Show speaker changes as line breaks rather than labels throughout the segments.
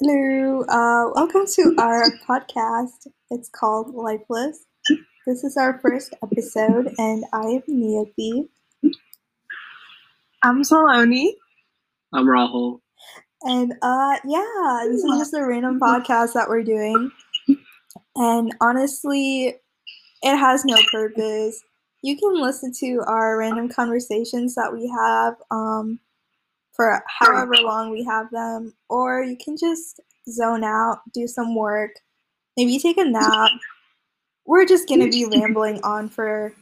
Hello, uh, welcome to our podcast. It's called Lifeless. This is our first episode, and I am Niyathi.
I'm Saloni.
I'm Rahul.
And uh, yeah, this is just a random podcast that we're doing. And honestly, it has no purpose. You can listen to our random conversations that we have um, for however long we have them, or you can just zone out, do some work, maybe take a nap. We're just going to be rambling on for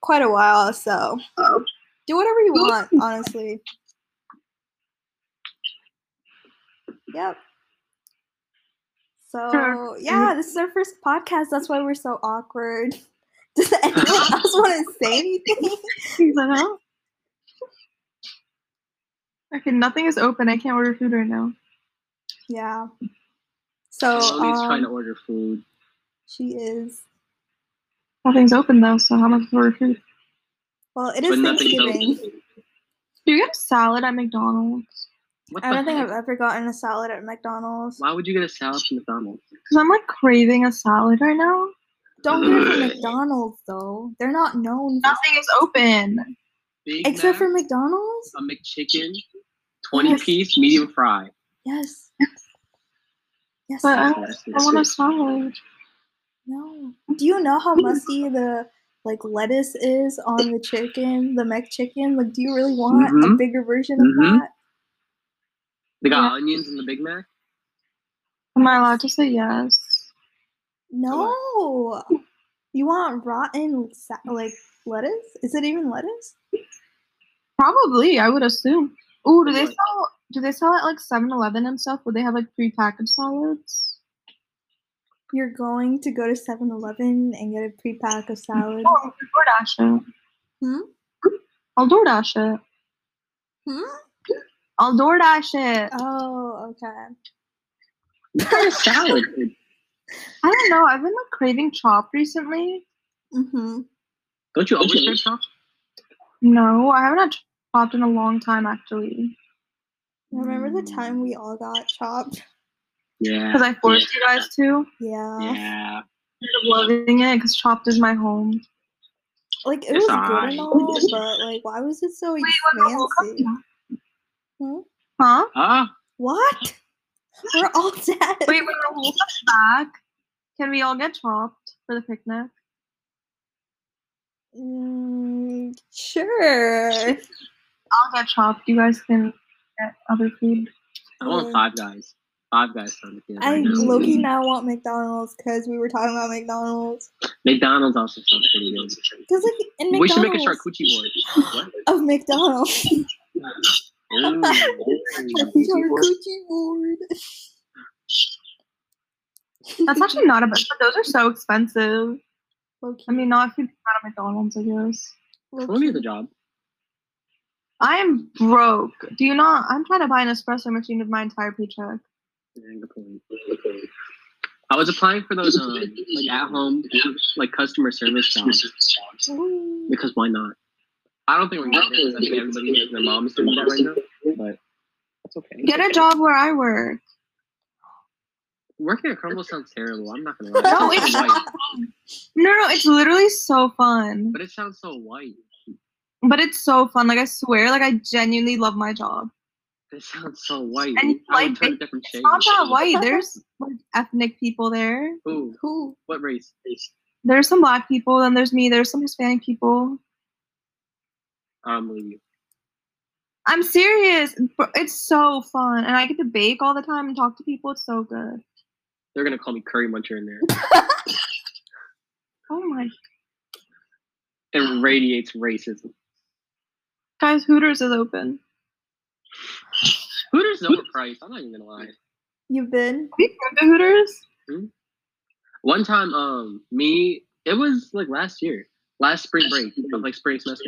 quite a while, so do whatever you want, honestly. Yep. So, yeah, this is our first podcast. That's why we're so awkward. Does anyone else want to say anything?
Is that out? Okay, nothing is open. I can't order food right now.
Yeah. So,
Saloni's trying to
um,
order food.
she is.
Nothing's open though, so how am I supposed to order food?
Well, it
But
is
nothing's
Thanksgiving.
open.
Do you have salad at McDonald's?
What
I
the
don't think I've
heck?
ever gotten a salad at McDonald's.
Why would you get a salad from McDonald's?
Because I'm like craving a salad right now.
Don't get it from McDonald's though. They're not known for
Nothing is open.
Big
except for
Mac,
McDonald's.
a McChicken, 20
Yes.
piece, medium fry.
Yes. Yes.
But I,
That's
I want a
disgusting.
salad.
no. Do you know how musty the like lettuce is on the chicken, the Mac chicken? Like, do you really want a
Mhm.
bigger version
Mhm.
of that?
They got onions in the Big Mac?
Am I allowed to say yes?
No. You want rotten sa- like lettuce? Is it even lettuce?
Probably, I would assume. Oh, do they
What?
sell do they sell at like 7-Eleven and stuff? Would they have like prepackaged salads?
You're going to go to 7-Eleven and get a pre-pack of salad.
Oh, DoorDash it.
Hmm?
I'll DoorDash it.
Hmm?
I'll DoorDash it.
Oh, okay.
What kind of salad?
I don't know. I've been like craving chop recently.
Mm-hmm.
Don't you always get chopped?
No, I haven't had chopped in a long time actually.
Remember the time we all got chopped?
Yeah.
Because I forced you guys to.
Yeah.
Yeah.
I'm loving it because chopped is my home.
Like it was
It's
good
alright.
and all, but like why was it so expensive? Hmm?
Huh?
Huh?
What? We're all dead.
Wait, when the whole comes back, can we all get chopped for the picnic?
Mm, sure.
I'll get chopped. You guys can get other food.
I want
Yeah.
five guys. Five guys sound good.
Um, I
right now.
Loki now want McDonald's because we were talking about McDonald's.
McDonald's also sounds pretty good.
Because like in McDonald's
We should make a charcuterie board. What?
of McDonald's
Ooh, ooh.
charcuterie board.
That's actually not a bad, but those are so expensive.
Loki.
I mean, not if you out at McDonald's, I guess.
Let me get the job.
I am broke. Do you not? I'm trying to buy an espresso machine with my entire paycheck.
Yeah, good point. I was applying for those um, like at home like customer service jobs
Ooh.
because why not? I don't think we're gonna get it. 'cause I think everybody their mom's doing that right now, but that's okay.
Get a job where I work.
Working at Crumble sounds terrible. I'm not gonna lie.
No,
It sounds white,
it's No, no, it's literally so fun.
but it sounds so white.
But it's so fun. Like I swear, like I genuinely love my job.
It sounds so white.
And it's
I would
like-
turn a different
It's
shade.
not that white. There's like ethnic people there.
Ooh,
Cool.
what race?
There's some black people, then there's me, there's some Hispanic people.
I don't believe you.
I'm serious. Bro, It's so fun. And I get to bake all the time and talk to people. It's so good.
They're gonna call me Curry Muncher in there.
Oh my
It radiates racism.
guys, Hooters is open.
Hooters is overpriced. I'm not even gonna lie.
You've been?
Have you been to Hooters?
One time, um, me, it was like last year, last spring break, of, like spring semester.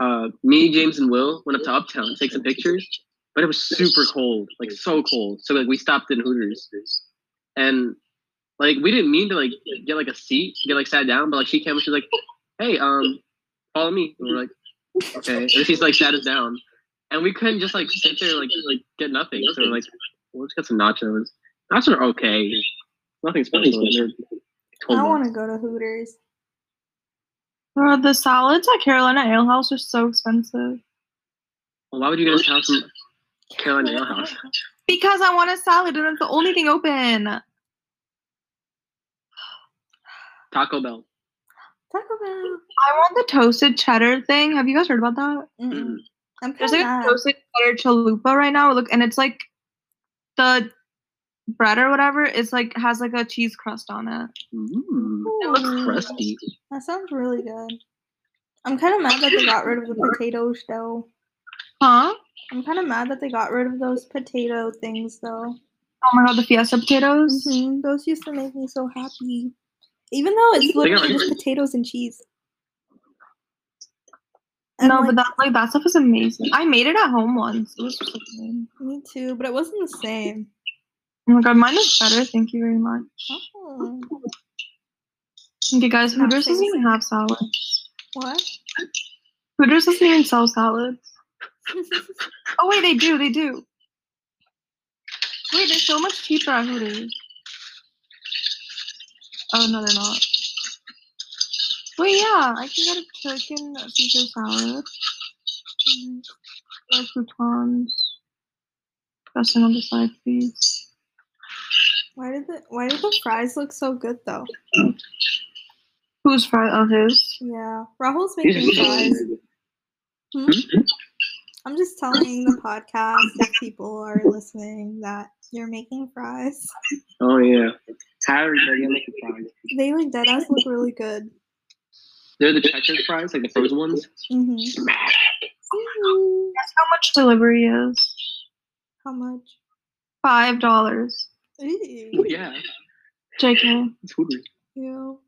Uh, me, James, and Will went up to Uptown to take some pictures, but it was super cold, like so cold. So like we stopped in Hooters, and like we didn't mean to like get like a seat, get like sat down, but like she came and she's like, "Hey, um, follow me," and we're like, "Okay," and she's like sat us down, and we couldn't just like sit there like like get nothing. So we're like, We'll just get some nachos. Nachos are okay. Nothing special. They're
I
12
want to go to Hooters.
Bro, the salads at Carolina Ale House are so expensive.
Well, why would you get a salad from Carolina Ale House?
Because I want a salad and it's the only thing open.
Taco Bell.
Taco Bell.
I want the toasted cheddar thing. Have you guys heard about that?
Mm.
Mm-mm. I'm
There's
kind
like a toasted cheddar chalupa right now. Look, and it's like the bread or whatever. It's like has like a cheese crust on it.
Mm,
It
looks crusty.
That sounds really good. I'm kind of mad that they got rid of the potatoes though.
Huh?
I'm kind of mad that they got rid of those potato things though.
Oh my god, the Fiesta potatoes.
Mhm, Those used to make me so happy. Even though it's
Mm-hmm. They got
literally
rid
just
of-
potatoes and cheese. And,
No,
like,
but that Mm-hmm. like that stuff is amazing. I made it at home once. It was so good.
me too, but it wasn't the same.
Oh my god, mine is better. Thank you very much.
Oh,
Okay, guys,
Not
Hooters doesn't
tasty.
even have salads.
what?
Hooters doesn't even sell salads. Oh wait, they do. They do. Wait, they're so much cheaper at Hooters. Oh no, they're not. Wait, yeah, I can get a chicken Caesar salad. Mm, More croutons. Dressing on the side, please.
why did the Why did the fries look so good though?
Who's fry? Oh, his.
Yeah, Rahul's
These
making
are
fries.
good.
I'm just telling the podcast if people are listening that you're making fries.
Oh yeah. How are you gonna make the fries?
They like dead ass look really good.
They're the checker fries, like the frozen ones.
hmm
Mm-hmm.
That's how much delivery is.
How much?
Five dollars.
Ew.
Oh, Yeah,
JK.
it's Hooters.
Ew.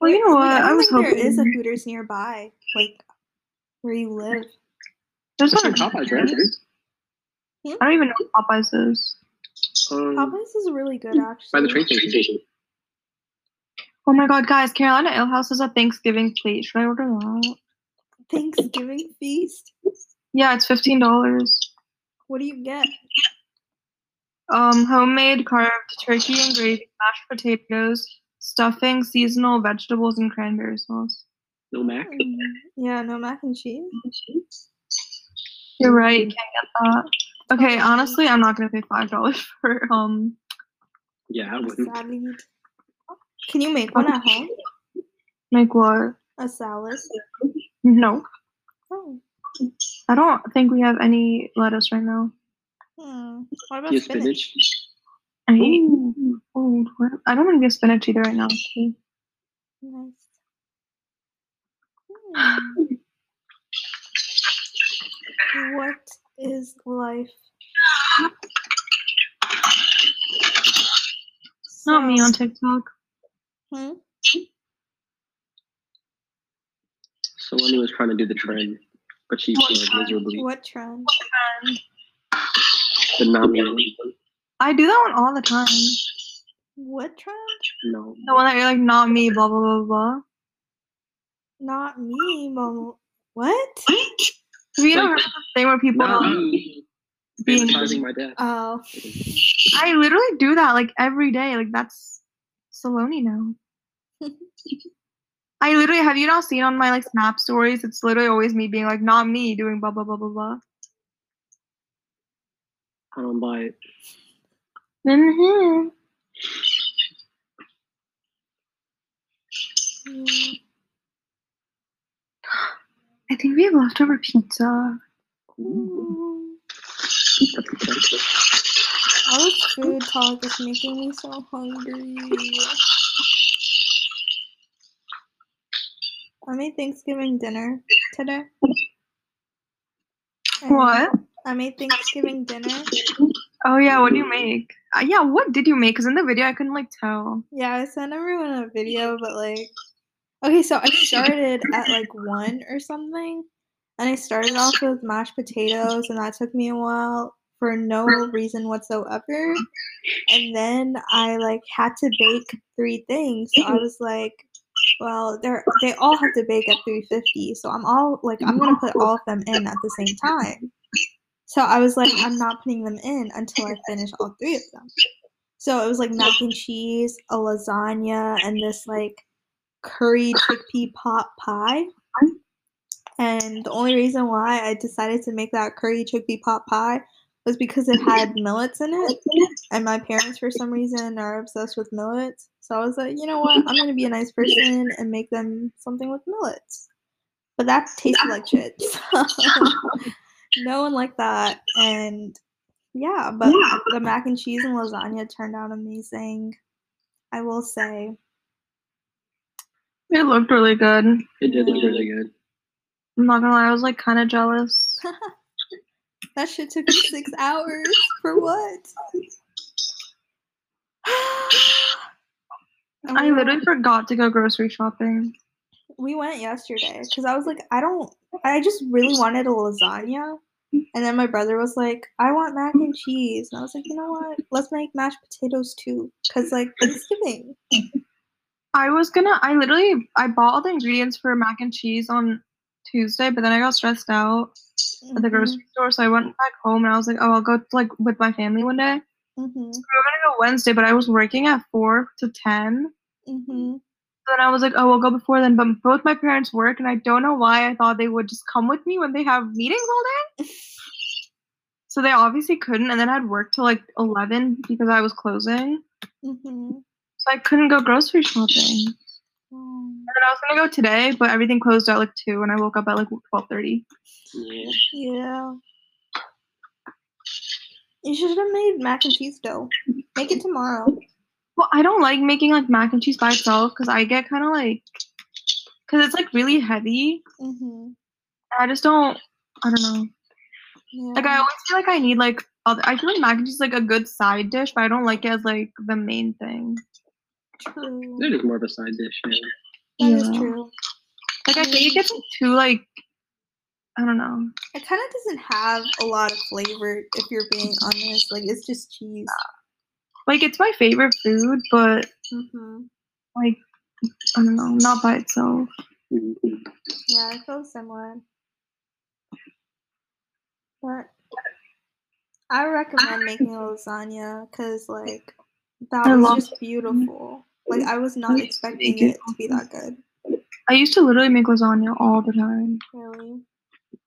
Well, you know what?
Wait,
I,
don't
was
think
hoping
there is a Hooters nearby, like where you live.
there's
That's
not a
like Popeyes, right?
I don't even know what Popeyes is.
Um,
Popeyes is really good, actually.
Mm, by the train station.
Oh my god, guys, Carolina Ale House is a Thanksgiving plate. Should I order that?
Thanksgiving feast.
Yeah, it's fifteen dollars.
What do you get?
Um, homemade carved turkey and gravy, mashed potatoes, stuffing, seasonal vegetables, and cranberry sauce.
No Mac.
Mm, Yeah, no mac and cheese.
You're right, you can't get that. Okay, honestly, I'm not gonna pay five dollars for um
Yeah, I
A
wouldn't.
salad. Can you make one at home?
make what?
A salad.
No.
Oh.
I don't think we have any lettuce right now.
Hmm. What about
Yeah,
spinach?
spinach.
I oh, what- I don't want to be a spinach either right now. actually.
Nice. Hmm. what is life?
Not me
So-
on TikTok.
Hmm?
Someone was trying to do the trend, but she
What
failed
trend?
miserably.
What trend?
The nominal.
I do that one all the time.
What trend?
No.
The one that you're like, not me, blah blah blah blah.
Not me, mom. What?
Have you ever heard
Like-
of the thing where people
Not
are
me.
being?
Fantasizing my dad.
Oh,
I literally do that like every day. Like that's Saloni now. I literally have you not seen on my like Snap stories? It's literally always me being like, not me, doing blah blah blah blah blah.
I don't buy it.
hmm
yeah.
I think we have leftover pizza.
Ooh.
That's expensive.
all this food talk is making me so hungry. I made Thanksgiving dinner today. And
What?
I made Thanksgiving dinner.
Oh yeah, what do you make? Uh, yeah, what did you make? Cause in the video I couldn't like tell.
Yeah, I sent everyone a video, but like, okay, so I started at like one or something, and I started off with mashed potatoes, and that took me a while for no reason whatsoever. And then I like had to bake three things, so I was like, well, they're they all have to bake at three fifty, so I'm all like, I'm gonna put all of them in at the same time. So I was like, I'm not putting them in until I finish all three of them. So it was like mac and cheese, a lasagna, and this like curry chickpea pot pie. And the only reason why I decided to make that curry chickpea pot pie was because it had millets in it. And my parents, for some reason, are obsessed with millets. So I was like, you know what? I'm going to be a nice person and make them something with millets. But that tasted like shit. no one liked that. And yeah, but the mac and cheese and lasagna turned out amazing. I will say.
It looked really good. I'm
It did look really good.
not gonna lie, I was like kind of jealous.
That shit took me six hours. For what? And
I
we
literally
went-
forgot to go grocery shopping.
we went yesterday because I was like, I don't, I just really wanted a lasagna. And then my brother was like, I want mac and cheese. And I was like, you know what? Let's make mashed potatoes too. Because, like, Thanksgiving.
I was gonna. I literally. I bought all the ingredients for mac and cheese on Tuesday, but then I got stressed out at the grocery store, so I went back home and I was like, "Oh, I'll go like with my family one day."
hmm
We were gonna go Wednesday, but I was working at four to ten.
hmm
So then I was like, "Oh, we'll go before then." But both my parents work, and I don't know why I thought they would just come with me when they have meetings all day. so they obviously couldn't, and then I had work till like eleven because I was closing,
hmm
so I couldn't go grocery shopping. And then I was gonna go today, but everything closed at like two, and I woke up at like twelve thirty.
Yeah.
Yeah. You should have made mac and cheese dough. Make it tomorrow.
Well, I don't like making like mac and cheese by itself because I get kind of like, because it's like really heavy.
hmm
and I just don't. I don't know.
Yeah.
Like I always feel like I need like other. I feel like mac and cheese is like a good side dish, but I don't like it as like the main thing.
True.
It is more of a side dish. Yeah.
That is
Yeah.
true.
Like I think it gets like, too like. I don't know.
It kind of doesn't have a lot of flavor, if you're being honest. Like, it's just cheese.
Like it's my favorite food, but
hmm
like I don't know, not by itself.
Mhm.
Yeah, I feel similar. But I recommend making a lasagna because, like, that
I
was
love-
just beautiful. Like, I was not expecting it to be that good,
I used to literally make lasagna all the time.
really.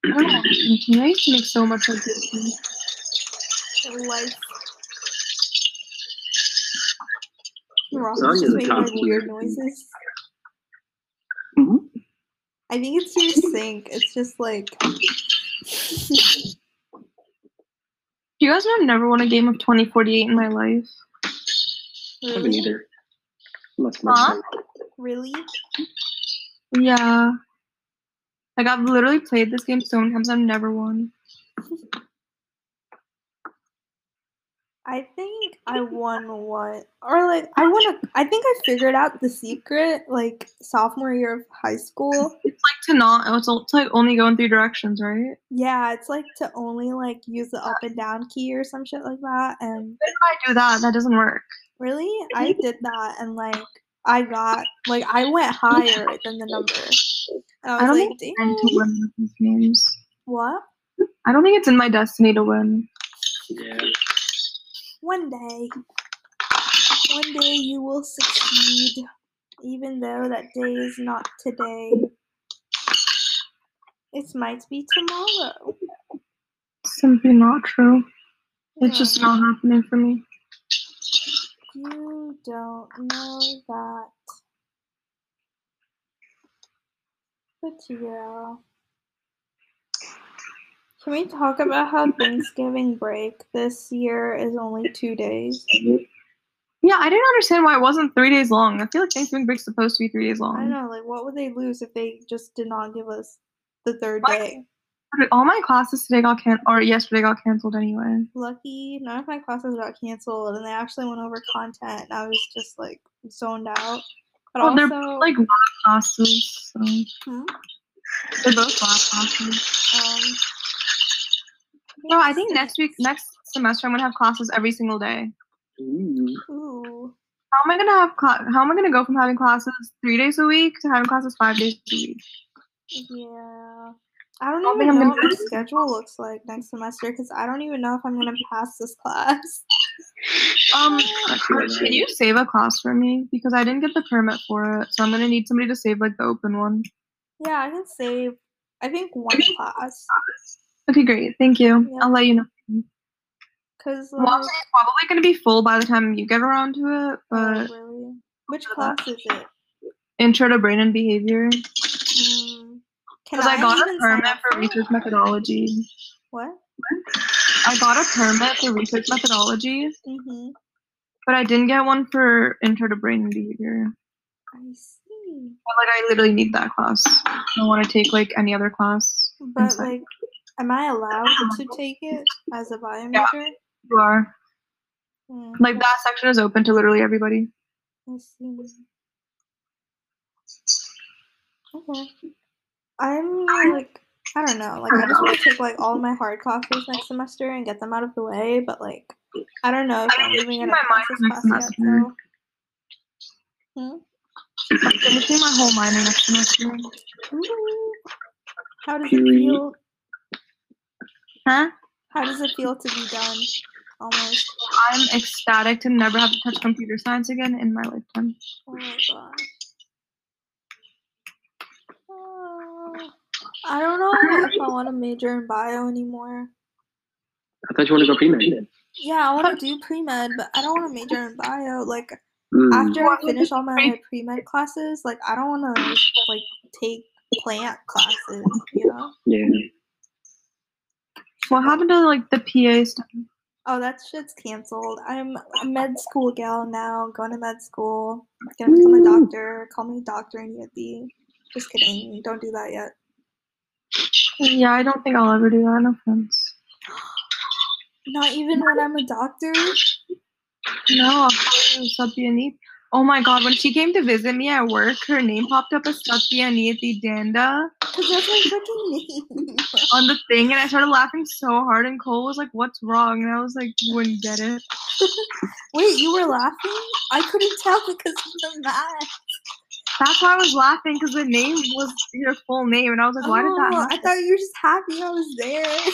I don't know. I used to make so much like this.
Like, Ross is
Lasagna's
just
a
making
top
like, weird
tier.
noises.
Mhm.
I think it's your sink. It's just like
You guys know I've never won a game of 2048 in my life.
I haven't
really,
either. Must
Huh?
really.
Yeah. Like I've literally played this game so many times I've never won.
I think I won one, or like I won. A, I think I figured out the secret like sophomore year of high school.
It's like to not. oh, It's, al- it's like only go in three directions, right?
Yeah, it's like to only like use the up and down key or some shit like that. And
If I do that, that doesn't work.
really, I did that, and like I got like I went higher than the number. And I
I
was
don't
like,
think I'm to
damn,
win these games.
what?
I don't think it's in my destiny to win.
Yeah.
One day, one day you will succeed, even though that day is not today. It might be tomorrow.
It's simply not true. It's just
No,
not happening for me.
You don't know that. But yeah. Can we talk about how Thanksgiving break this year is only two days?
Yeah, I didn't understand why it wasn't three days long. I feel like Thanksgiving break's supposed to be three days long.
I don't know, like, what would they lose if they just did not give us the third
What?
day?
All my classes today got can or yesterday got canceled anyway.
lucky none of my classes got canceled and they actually went over content and i was just like zoned out but
Well, they're
also
like lab classes. So.
Hmm?
They're both lab classes.
um
No, I think next week, next semester, I'm gonna have classes every single day.
Ooh.
ooh
How am I gonna have? Cl- how am I gonna go from having classes three days a week to having classes five days a week?
yeah I don't
Probably
even
I'm
know
gonna-
what my schedule looks like next semester because I don't even know if I'm gonna pass this class.
Um,
I feel that.
can you save a class for me? Because I didn't get the permit for it, so I'm gonna need somebody to save like the open one.
Yeah, I can save. I think one class
Okay, great. Thank you.
Yeah.
I'll let you know.
because
Well,
like,
it's probably gonna be full by the time you get around to
oh,
it, but
really, which class is it?
intro to brain and behavior.
Mm, can
Because I got a
even sign
permit
up
for
it?
research methodology.
What?
I got a permit for research methodology,
Mm-hmm.
but I didn't get one for intro to brain and behavior.
I see.
But, like I literally need that class. I don't want to take like any other class.
But
Inside.
like, am I allowed to take it as a bio
Yeah.
major?
You are
Mm,
like that section is open to literally everybody.
I see. Okay. I'm like, I don't know. Like, I just want to take like all my hard classes next semester and get them out of the way. But like, I don't know if
I
I'm
mean,
even
keep
gonna
my
pass
mind
this
for
class
next
yet.
semester.
So. Hmm?
I'm finishing my whole minor next semester.
Ooh. Mm-hmm. How does it
Period.
feel?
Huh?
How does it feel to be done? Almost.
I'm ecstatic to never have to touch computer science again in my lifetime.
Oh my god. Uh, I don't know if I want to major in bio anymore.
I thought you wanted to go pre-med.
Yeah, I want to do pre med, but I don't want to major in bio. Like
Mm.
after I finish all my pre med classes, like I don't want to like take plant classes. You know?
Yeah.
What happened to like the PA stuff?
Oh, that shit's canceled. I'm a med school gal now. Going to med school. Gonna become a
Ooh.
doctor. Call me Doctor in UFB. Just kidding. Don't do that yet.
Yeah, I don't think I'll ever do that. No offense.
Not even when I'm a doctor.
No, I'll probably do Satyaneet. Oh my god, when she came to visit me at work, her name popped up as Satyaneeti Danda
Cause that's my freaking name.
on the thing, and I started laughing so hard, and Cole was like, What's wrong? And I was like, You wouldn't get it.
Wait, you were laughing? I couldn't tell because of the mask.
That's why I was laughing, because the name was your full name, and I was like, Why did that
Oh,
happen?
I thought you were just happy I was there.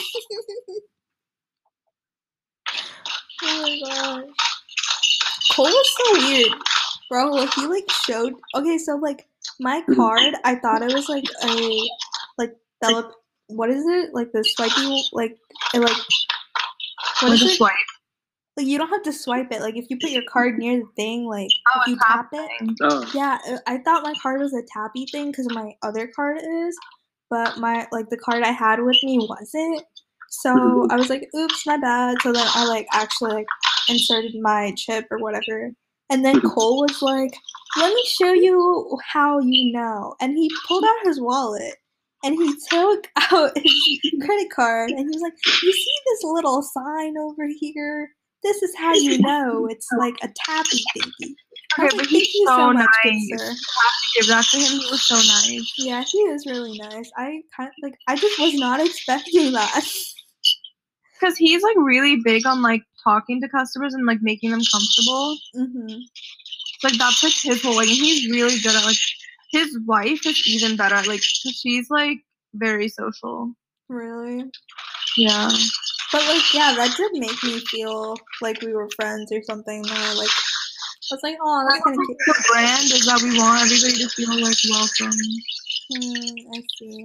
oh my gosh. Cole was so weird. Bro, like he like showed okay, so like my
Mm-hmm.
Mhm.
card, I thought it was like a like tele- what is it? Like the swipey like it like what
was
is
a
it?
swipe.
Like you don't have to swipe it. Like if you put your card near the thing, like
Oh,
if you
it's
tap it,
Oh.
yeah, uh, I thought my card was a tappy thing because my other card is, but my like the card I had with me wasn't. So I was like, "Oops, my bad." So then I like actually like inserted my chip or whatever, and then
Mhm.
Cole was like, "Let me show you how you know," and he pulled out his wallet. And he took out his credit card and he was like, You see this little sign over here? This is how you know it's like a tappy thingy. I was like,
Okay, but he's
"Thank you
so
much, good
nice.
sir."
Give that to him. He was so nice.
Yeah, he is really nice. I kind of, like I just was not expecting that.
Because he's like really big on like talking to customers and like making them comfortable.
hmm
Like that's like his whole like and he's really good at like his wife is even better at like 'cause she's like very social.
Really,
Yeah.
but like, yeah, that did make me feel like we were friends or something. Though, like, I was like, oh, that's kind of cute.
The brand is that we want everybody to feel like welcome.
Hmm, I see.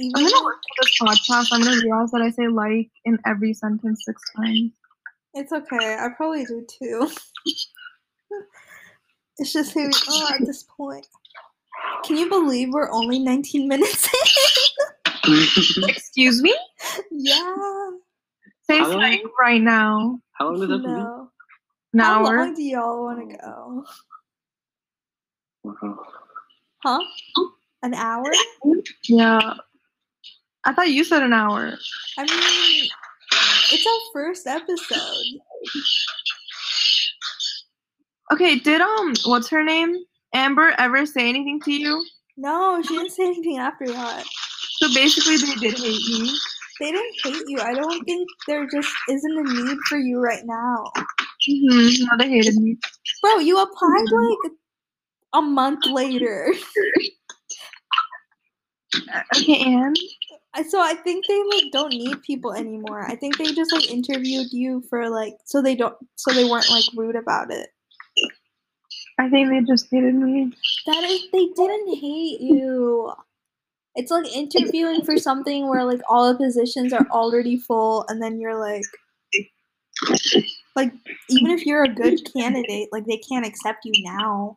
I'm
Even
gonna work for this podcast. I'm gonna realize that I say like in every sentence six times.
it's okay. I probably do too. it's just who we are at this point. Can you believe we're only 19 minutes
Excuse me?
in? yeah.
Say
Hello?
like right now.
How long does that no.
No.
An
How
hour.
long do y'all want to go?
Wow.
Huh? An hour?
Yeah. I thought you said an hour.
I mean, it's our first episode.
Okay, did um what's her name? Amber ever say anything to you?
No, she didn't say anything after that.
So basically they did hate me.
They didn't hate you. I don't think there just isn't a need for you right now.
Mm-hmm. No, they hated me.
Bro, you applied like a month later.
Okay, and
I- So I think they like don't need people anymore. I think they just like interviewed you for like so they don't so they weren't like rude about it.
I think they just hated me.
That is, they didn't hate you. It's like interviewing for something where like all the positions are already full, and then you're like, like even if you're a good candidate, like they can't accept you now.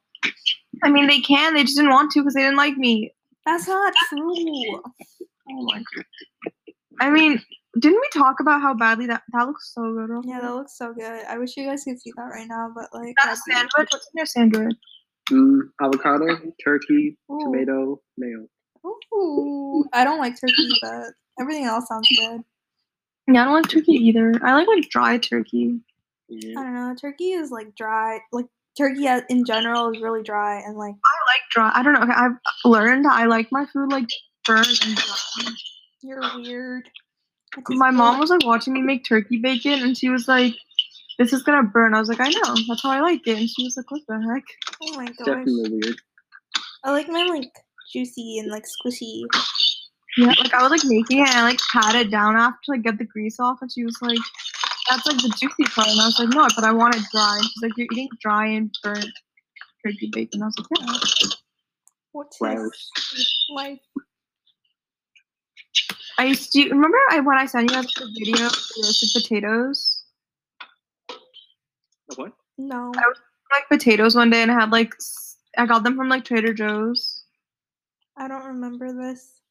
I mean, they can. They just didn't want to because they didn't like me.
That's not true.
Oh my god. I mean, didn't we talk about how badly that that looks so good? over
Yeah,
there?
that looks so good. I wish you guys could see that right now, but like,
Is that a sandwich. What's in your sandwich?
Mm, avocado, turkey,
ooh,
tomato, mayo.
ooh. I don't like turkey, but everything else sounds good.
Yeah, I don't like turkey either. I like like dry turkey.
I
Yeah.
don't know. Turkey is like dry. Like turkey as- in general is really dry, and like.
I like dry. I don't know. Okay, I've learned I like my food like burnt and dry.
You're weird. That's
My
just
mom
weird.
was like watching me make turkey bacon, and she was like, "This is gonna burn." I was like, "I know. That's how I like it." And she was like, "What the heck?"
Oh my gosh.
Definitely weird.
I like mine like juicy and like squishy.
Yeah, like I was like making it, and I like pat it down after like get the grease off, and she was like, "That's like the juicy part." And I was like, "No, but I want it dry." And she's like, "You're eating dry and burnt turkey bacon." I was like, "Yeah."
What
Gross.
is like?
I used to remember I when I sent you guys the video of the roasted potatoes.
What?
No.
like potatoes one day and I had like s- I got them from like Trader Joe's.
I don't remember this.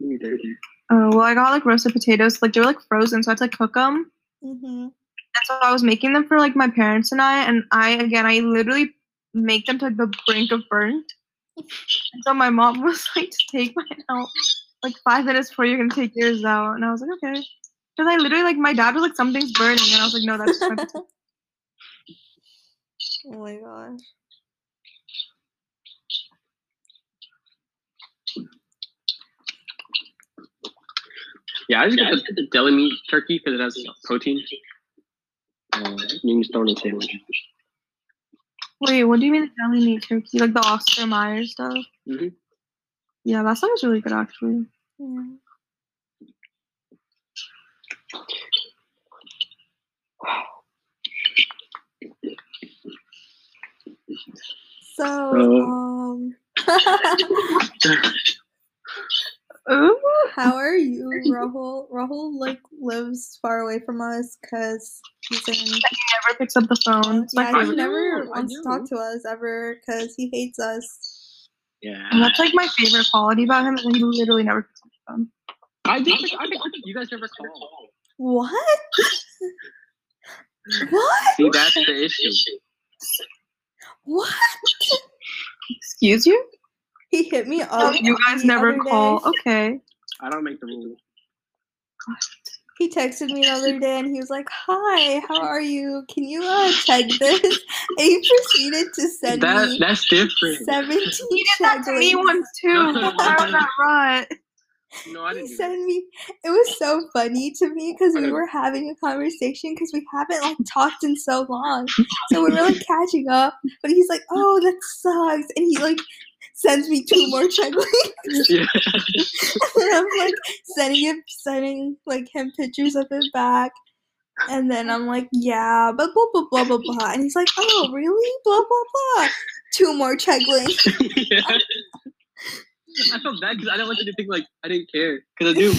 Me dirty.
Oh well, I got like roasted potatoes. Like they were like frozen, so I had to like cook them.
Mm-hmm.
And so I was making them for like my parents and I. And I again, I literally make them to like, the brink of burnt. And so my mom was like, "Just take mine out like five minutes before you're gonna take yours out." And I was like, "Okay." Because I literally like my dad was like, "Something's burning," and I was like, "No, that's just my potato."
Oh my gosh.
Yeah, I just get the, the deli meat turkey because it has protein. Uh, you can just throw it in a sandwich.
Wait, what do you mean the deli meat turkey? Like the Oscar Mayer stuff?
Mhm.
Yeah, that sounds really good actually.
Yeah. So,
Uh.
um,
Ooh.
how are you, Rahul? Rahul like lives far away from us because he's in
never picks up the phone. It's my
yeah, he
favorite.
never
know, I
wants to talk to us ever because he hates us.
And
Yeah.
that's like my favorite quality about him is that he literally never picks up the phone.
I think I think you guys never call.
What? what?
See, that's the issue.
What?
Excuse you?
He hit me
Oh,
up.
you guys
the
never
other
call. Oh.
day.
Okay.
I don't make the rules.
He texted me the other day and he was like, "Hi, how are you? Can you uh, tag this?" And he proceeded to send
That
me
that's different.
seventeen
He did that to me
taglings.
once too. I was that right.
No, I
He
didn't. Do that.
sent me. It was so funny to me because we
Okay.
were having a conversation because we haven't like talked in so long, so we were like catching up. But he's like, "Oh, that sucks," and he like sends me two more checklists,
Yeah.
and I'm like sending him, sending like him pictures of it back, and then I'm like, "Yeah," but blah blah blah blah blah, and he's like, "Oh, really?" Blah blah blah. Two more checklists.
yeah. I felt bad because I do not want you to think like I didn't care because I do.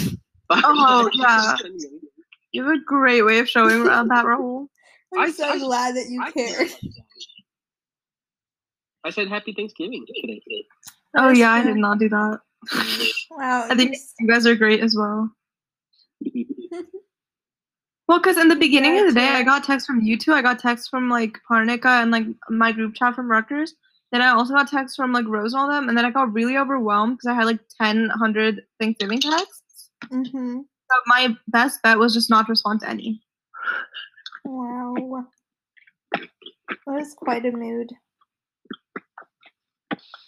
Oh, yeah. You have a great way of showing ra- that Rahul.
I'm
I-
so
I-
glad that you
I
care.
I said happy Thanksgiving today.
Oh
That's
yeah, I
fair.
did not do that.
Wow.
I think
you're
you guys are great as well. Well, because in the beginning of the day, I
Gotcha.
got texts from you two. I got texts from like Parnica and like my group chat from Rutgers. Then I also got texts from like Rose and all them. And then I got really overwhelmed because I had like 10, 100 Thanksgiving texts.
Mm-hmm.
But my best bet was just not to respond to any.
Wow. That is quite a mood.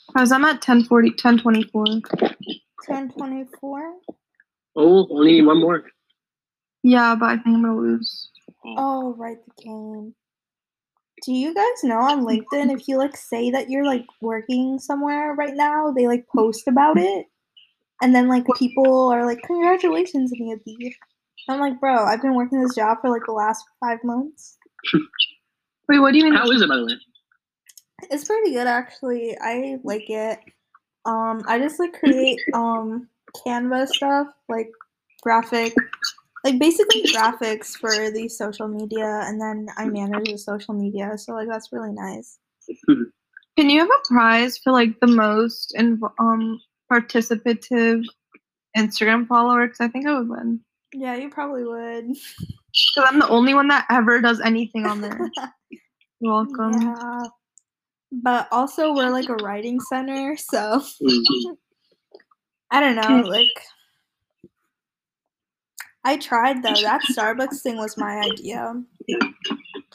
Because I'm at 1040, 1024.
1024?
Oh, only one more.
Yeah, but I think I'm going to lose.
Oh, right, the game. Do you guys know on LinkedIn if you like say that you're like working somewhere right now, they like post about it? And then like people are like, "Congratulations, Andy." I'm like, bro, I've been working this job for like the last five months.
Wait, what do you mean?
How is it by the way?
It's pretty good actually. I like it. Um, I just like create um Canva stuff, like graphic, like basically graphics for the social media, and then I manage the social media. So like that's really nice.
Can you have a prize for like the most inv- um participative Instagram follower? Because I think I would win.
Yeah, you probably would.
Because I'm the only one that ever does anything on there. You're welcome.
Yeah. But also, we're like a writing center, so I don't know. Like, I tried though. That Starbucks thing was my idea.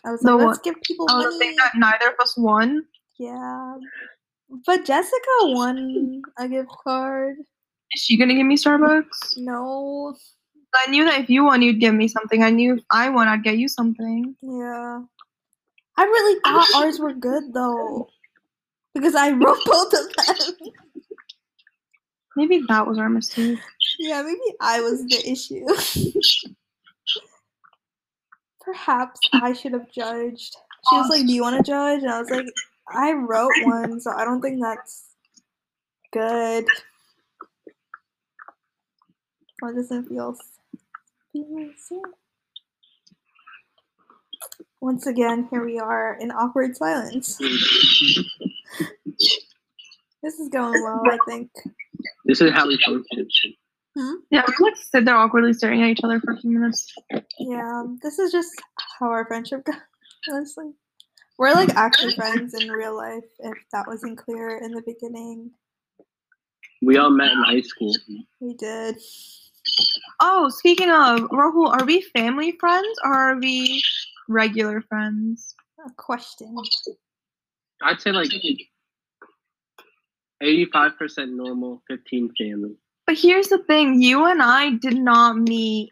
I was
The
like,
one-
let's give people
Oh, the
money.
thing that neither of us won.
Yeah. But Jessica won a gift card.
Is she gonna give me Starbucks?
No.
I knew that if you won, you'd give me something. I knew if I won, I'd get you something.
Yeah. I really thought ours were good though. Because I wrote both of them.
Maybe that was our mistake.
yeah, maybe I was the issue. Perhaps I should have judged. She was like, Do you want to judge? And I was like, I wrote one, so I don't think that's good. Why doesn't it feel s- feel sad? Once again, here we are in awkward silence. This is going well, I think.
This is how we function.
Yeah, we like sit there awkwardly staring at each other for a few minutes.
Yeah, um, this is just how our friendship goes, honestly. We're like actually friends in real life, if that wasn't clear in the beginning.
We all met in high school.
We did.
Oh, speaking of Rahul, are we family friends or are we regular friends?
A question.
I'd say like eighty-five percent normal, fifteen family.
But here's the thing, you and I did not meet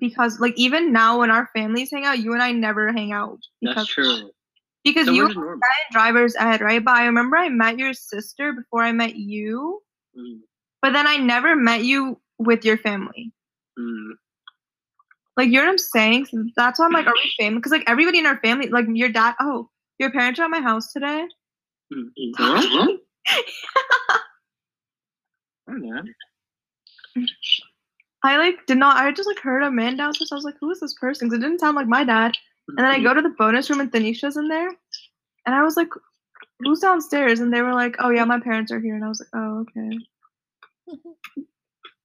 because like even now when our families hang out, you and I never hang out because
That's true.
because
So
you
we're
were
just normal.
in driver's ed, right? But I remember I met your sister before I met you,
Mm,
but then I never met you with your family.
mm.
Like you know what I'm saying? So that's why I'm like, are we family? Because like everybody in our family, like your dad, oh, your parents are at my house today.
Mm, mm. Huh? I don't know.
I like did not. I just like heard a man downstairs. I was like, who is this person? Because it didn't sound like my dad. And then I go to the bonus room and Tanisha's in there, and I was like, who's downstairs? And they were like, oh yeah, my parents are here. And I was like, oh okay.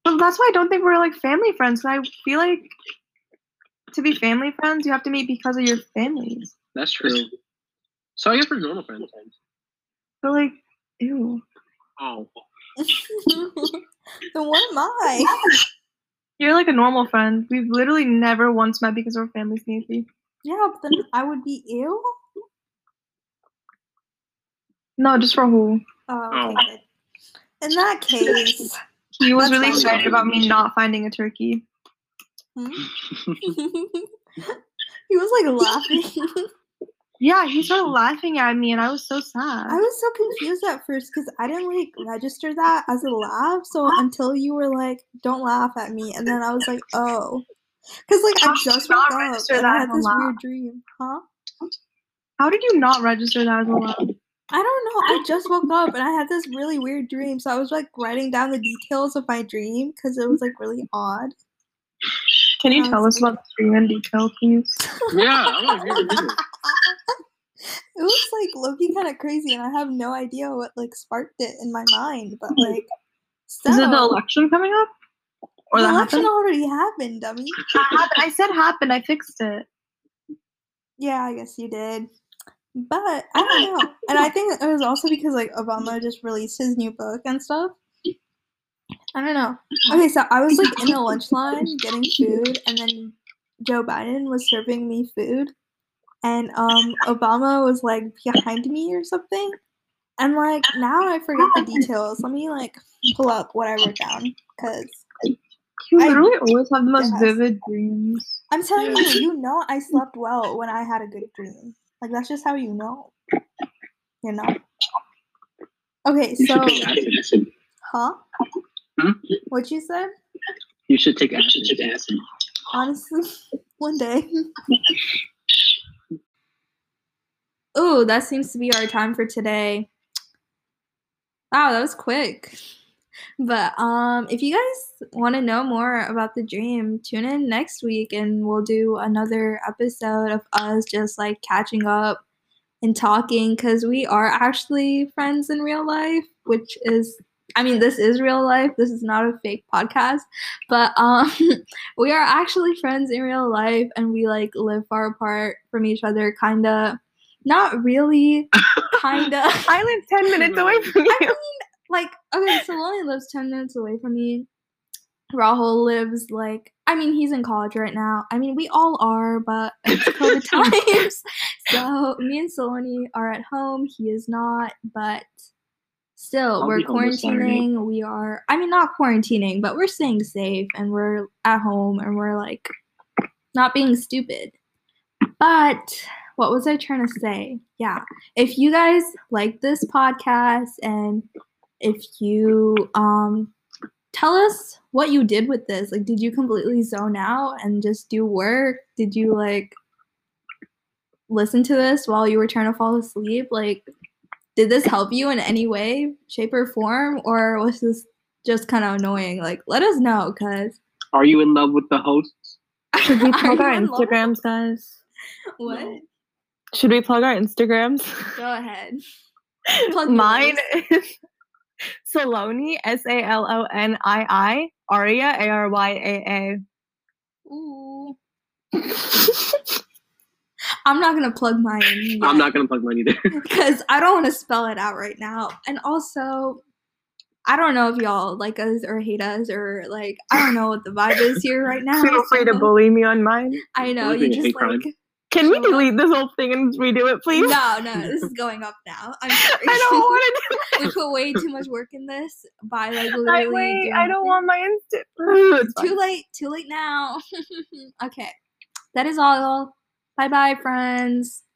But that's why I don't think we're like family friends. 'cause I feel like to be family friends, you have to meet because of your families.
That's true. So I guess we're normal friends.
But like, ew.
Oh.
then what am I?
You're like a normal friend. We've literally never once met because we're families, maybe.
Yeah, but then I would be ill?
No, just for who?
Oh, okay, good. In that case,
He was
That's
really
fine.
excited about me not finding a turkey.
he was like laughing.
Yeah, he started laughing at me, and I was so sad.
I was so confused at first because I didn't like register that as a laugh. So until you were like, "Don't laugh at me," and then I was like, "Oh," because like
How
I
did you
just woke
not
up
register
and I
that
had
as a
this
laugh?
weird dream, huh?
How did you not register that as a laugh?
I don't know. I just woke up and I had this really weird dream. So I was like writing down the details of my dream because it was like really odd.
Can you
Um,
tell us about the dream in detail, please?
Yeah, I want to hear the music.
It was like Loki kind of crazy, and I have no idea what like sparked it in my mind. But like, so
Is it the election coming up? Or
the
that
election
happened?
already happened, dummy.
That happened? I said happened. I fixed it.
Yeah, I guess you did. But I don't know. And I think it was also because like Obama just released his new book and stuff. I don't know. Okay, so I was like in the lunch line getting food and then Joe Biden was serving me food and um Obama was like behind me or something. And like now I forget the details. Let me like pull up what I wrote down cuz
You
I-
literally always have the most
Yes.
vivid dreams.
I'm telling
Yeah.
you, you know I slept well when I had a good dream. Like that's just how you know. You know. Okay,
You
so
should pay attention.
huh?
Hmm?
What you said?
You should take
You
action.
should take acid.
Honestly, one day. Oh, that seems to be our time for today. Wow, that was quick. But um, if you guys want to know more about the dream, tune in next week and we'll do another episode of us just like catching up and talking because we are actually friends in real life, which is, I mean, this is real life. This is not a fake podcast. But um, we are actually friends in real life and we like live far apart from each other, kinda. Not really, kinda.
I live 10 minutes away from
I mean,
you.
like, okay, so Lily lives 10 minutes away from me. Rahul lives, like, I mean, he's in college right now. I mean, we all are, but it's COVID times. So, me and Solani are at home. He is not, but still,
I'll
we're
be home this Saturday.
quarantining. We are, I mean, not quarantining, but we're staying safe and we're at home and we're, like, not being stupid. But what was I trying to say? Yeah. If you guys like this podcast and if you um tell us what you did with this, like did you completely zone out and just do work? Did you like listen to this while you were trying to fall asleep? Like did this help you in any way, shape or form or was this just kind of annoying? Like let us know cuz
Are you in love with the host?
Should we plug our Instagrams, guys?
What?
No.
Should we plug our Instagrams?
Go ahead. Plug
Mine
yours.
is Saloni, S A L O N I I, Aria, A R Y A
Ooh.
A.
I'm not gonna plug mine. yet.
I'm not gonna plug mine either.
because I don't want to spell it out right now. And also, I don't know if y'all like us or hate us or like I don't know what the vibe is here right now.
Feel free to
so-
bully me on mine.
I know
Bullying
you
is
just
hate crime.
like
Can we
Shut up.
delete this whole thing and redo it, please?
no, no. This is going up now. I'm sorry.
I don't want to do
we put way too much work in this by like literally.
I wait.
doing
I don't
things.
want my Insta. Ooh, it's fine.
Too late. Too late now. okay, that is all. Bye, bye, friends.